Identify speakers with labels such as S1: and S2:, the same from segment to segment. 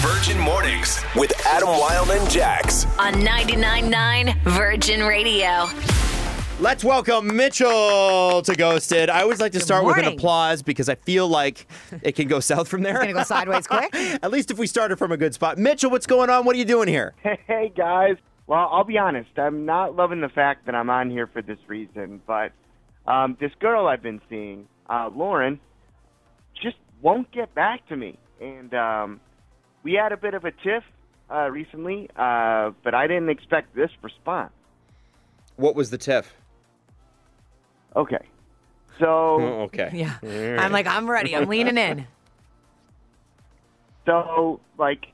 S1: Virgin Mornings with Adam Wilde and Jax.
S2: on 99.9 Virgin Radio.
S3: Let's welcome Mitchell to Ghosted. I always like to start with an
S4: morning.
S3: applause because I feel like it can go south from there.
S4: Gonna go sideways quick.
S3: At least if we started from a good spot. Mitchell, what's going on? What are you doing here?
S5: Hey guys. Well, I'll be honest. I'm not loving the fact that I'm on here for this reason, but um, this girl I've been seeing, uh, Lauren, just won't get back to me. And um, we had a bit of a tiff uh, recently, uh, but I didn't expect this response.
S3: What was the tiff?
S5: Okay. So.
S3: Oh, okay.
S4: Yeah. I'm like, I'm ready. I'm leaning in.
S5: So, like,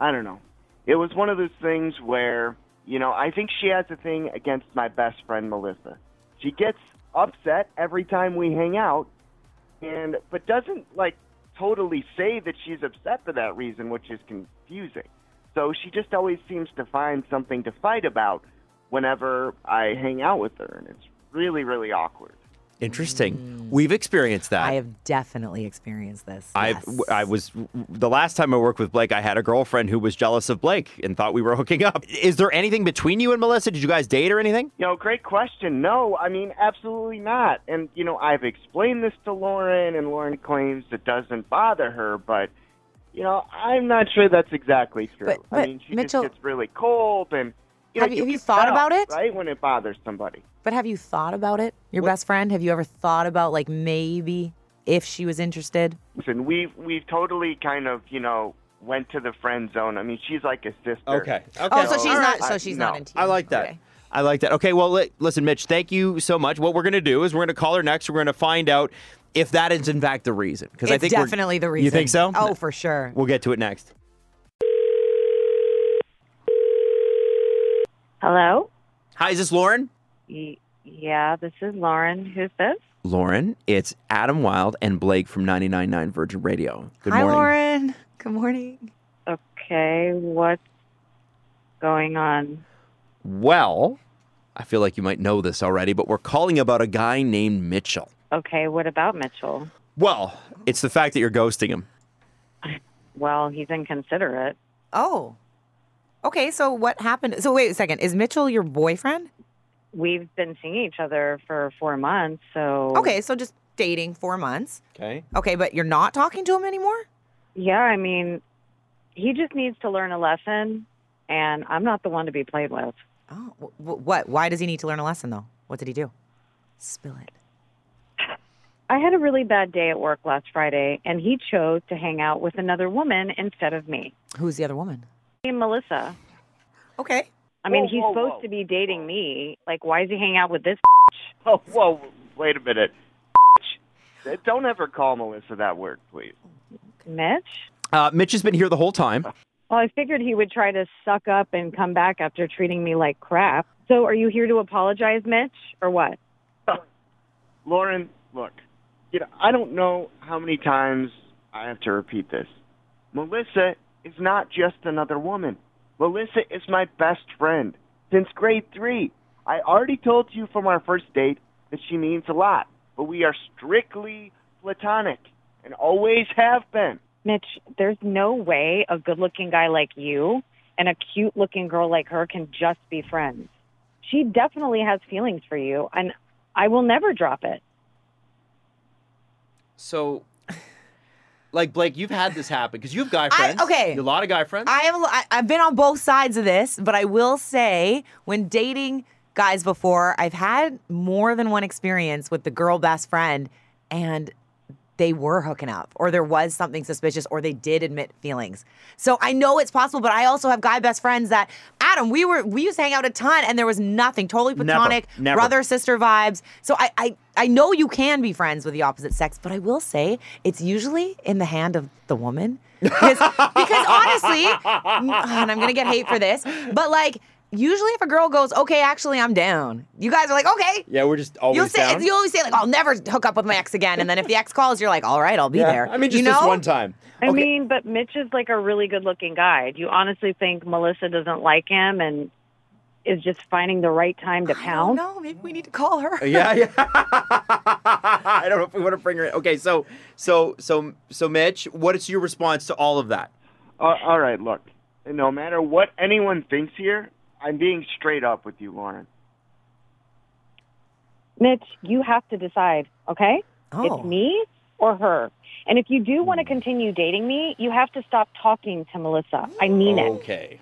S5: I don't know. It was one of those things where, you know, I think she has a thing against my best friend Melissa. She gets upset every time we hang out, and but doesn't like totally say that she's upset for that reason, which is confusing. So she just always seems to find something to fight about whenever I hang out with her, and it's really, really awkward.
S3: Interesting. We've experienced that.
S4: I have definitely experienced this.
S3: I've,
S4: yes.
S3: w- I was the last time I worked with Blake. I had a girlfriend who was jealous of Blake and thought we were hooking up. Is there anything between you and Melissa? Did you guys date or anything?
S5: You know, great question. No, I mean, absolutely not. And, you know, I've explained this to Lauren, and Lauren claims it doesn't bother her, but, you know, I'm not sure that's exactly true.
S4: But-
S5: I
S4: but,
S5: mean, she
S4: Mitchell-
S5: just gets really cold, and, you know,
S4: Have you- have you
S5: can
S4: thought
S5: tell,
S4: about it?
S5: Right, when it bothers somebody.
S4: But have you thought about it? Your best friend? Have you ever thought about like maybe if she was interested?
S5: Listen, we've, we've totally kind of, you know, went to the friend zone. I mean, she's like a sister.
S3: Okay.
S4: Oh, so
S5: No.
S4: she's
S5: All
S4: not.
S5: right.
S4: So she's
S5: No.
S4: not into. You.
S3: I like that.
S4: Okay.
S3: I like that. Okay, well, li- listen, Mitch, thank you so much. What we're going to do is we're going to call her next. We're going to find out if that is, in fact, the reason. Because
S4: It's
S3: I think we're-
S4: definitely the reason.
S3: You think so?
S4: Oh, for sure.
S3: We'll get to it next.
S6: Hello?
S3: Hi, is this Lauren?
S6: Y- yeah, this is Lauren. Who's this?
S3: Lauren, it's Adam Wild and Blake from 99.9 Virgin Radio. Good
S4: Hi,
S3: morning.
S4: Lauren. Good morning.
S6: Okay, what's going on?
S3: Well, I feel like you might know this already, but we're calling about a guy named Mitchell.
S6: Okay, what about Mitchell?
S3: Well, it's the fact that you're ghosting him.
S6: Well, he's inconsiderate.
S4: Oh. Okay. So what happened? So wait a second. Is Mitchell your boyfriend?
S6: We've been seeing each other for four months, so.
S4: Okay. So just dating four months.
S3: Oh. Okay.
S4: Okay, but you're not talking to him anymore.
S6: Yeah, I mean, he just needs to learn a lesson, and I'm not the one to be played with.
S4: Oh, wh- wh- what? Why does he need to learn a lesson though? What did he do? Spill it.
S6: I had a really bad day at work last Friday, and he chose to hang out with another woman instead of me.
S4: Who's the other woman?
S6: Hey, Melissa.
S4: Okay.
S6: I mean,
S5: Whoa,
S6: he's
S5: whoa,
S6: supposed
S5: whoa.
S6: to be dating me. Like, why is he hanging out with this
S5: Oh, whoa, wait a minute. Don't ever call Melissa that word, please.
S6: Mitch?
S3: Uh, Mitch has been here the whole time.
S6: Well, I figured he would try to suck up and come back after treating me like crap. So are you here to apologize, Mitch, or what?
S5: Lauren, look, you know, I don't know how many times I have to repeat this. Melissa is not just another woman. Melissa is my best friend since grade three. I already told you from our first date that she means a lot, but we are strictly platonic and always have been.
S6: Mitch, there's no way a good looking guy like you and a cute looking girl like her can just be friends. She definitely has feelings for you, and I will never drop it.
S3: So, like Blake, you've had this happen because you have guy
S4: I-
S3: friends.
S4: okay.
S3: You have a lot of guy friends.
S4: I have. a l- I- I've been on both sides of this, but I will say, when dating guys before, I've had more than one experience with the girl best friend, and they were hooking up, or there was something suspicious, or they did admit feelings. So I know it's possible, but I also have guy best friends that Adam. We were we used to hang out a ton, and there was nothing totally
S3: Never,
S4: platonic,
S3: never.
S4: brother sister vibes. So I, I I know you can be friends with the opposite sex, but I will say it's usually in the hand of the woman. Because, because honestly, and I'm gonna get hate for this, but like usually if a girl goes, okay, actually I'm down, you guys are like, okay,
S3: yeah, we're just always
S4: you'll say
S3: down.
S4: you always say like I'll never hook up with my ex again, and then if the ex calls, you're like, all right, I'll be
S3: Yeah,
S4: there.
S3: I mean, just
S4: you know?
S3: this one time.
S6: I mean, but Mitch is like a really good looking guy. Do you honestly think Melissa doesn't like him and is just finding the right time to pound?
S4: No, maybe we need to call her.
S3: Yeah, yeah. I don't know if we want to bring her in. Okay, so, so, so, so, Mitch, what is your response to all of that?
S5: Uh, all right, look. No matter what anyone thinks here, I'm being straight up with you, Lauren.
S6: Mitch, you have to decide, okay?
S4: Oh. Hmm.
S6: It's me or her. And if you do want to continue dating me, you have to stop talking to Melissa. I mean
S4: Oh.
S6: it.
S3: Okay.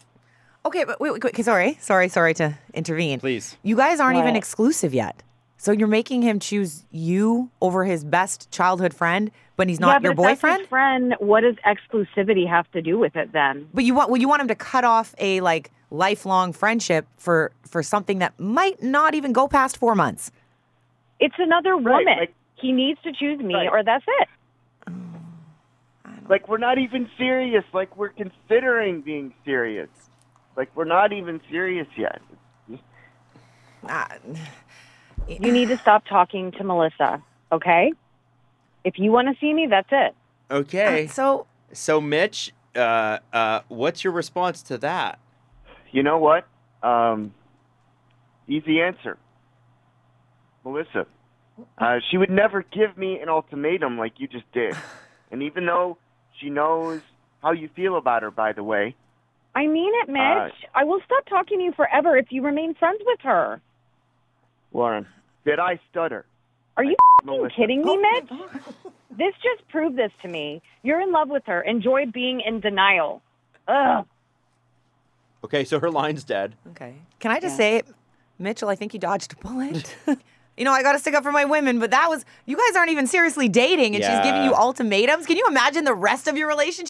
S4: Okay, but wait, wait, wait, sorry, sorry, sorry to intervene.
S3: Please.
S4: You guys aren't even
S6: What?
S4: exclusive yet. So you're making him choose you over his best childhood friend, but he's
S6: yeah,
S4: not
S6: but
S4: your
S6: if that's his
S4: boyfriend?
S6: friend, what does exclusivity have to do with it then?
S4: But you want well, you want him to cut off a like lifelong friendship for for something that might not even go past 4 months.
S6: It's another
S5: Right,
S6: woman.
S5: like-
S6: he needs to choose me
S5: Right.
S6: or that's it.
S5: Like, we're not even serious. Like, we're considering being serious. Like, we're not even serious yet.
S3: Ah,
S4: Uh,
S6: You need to stop talking to Melissa, okay? If you want to see me, that's it.
S3: Okay.
S4: so
S3: So, Mitch, uh, uh, what's your response to that?
S5: You know what? Um, easy answer. Melissa. Uh, she would never give me an ultimatum like you just did. And even though she knows how you feel about her, by the way,
S6: I mean it, Mitch.
S5: Uh,
S6: I will stop talking to you forever if you remain friends with her.
S5: Lauren, did I stutter?
S6: Are you
S5: Melissa.
S6: kidding me, Mitch? This just proved this to me. You're in love with her. Enjoy being in denial. Ugh.
S3: Okay, so her line's dead.
S4: Okay. Can I just say, Mitchell, I think you dodged a bullet. you know, I got to stick up for my women, but that was, you guys aren't even seriously dating and she's giving
S3: Yeah.
S4: you ultimatums. Can you imagine the rest of your relationship?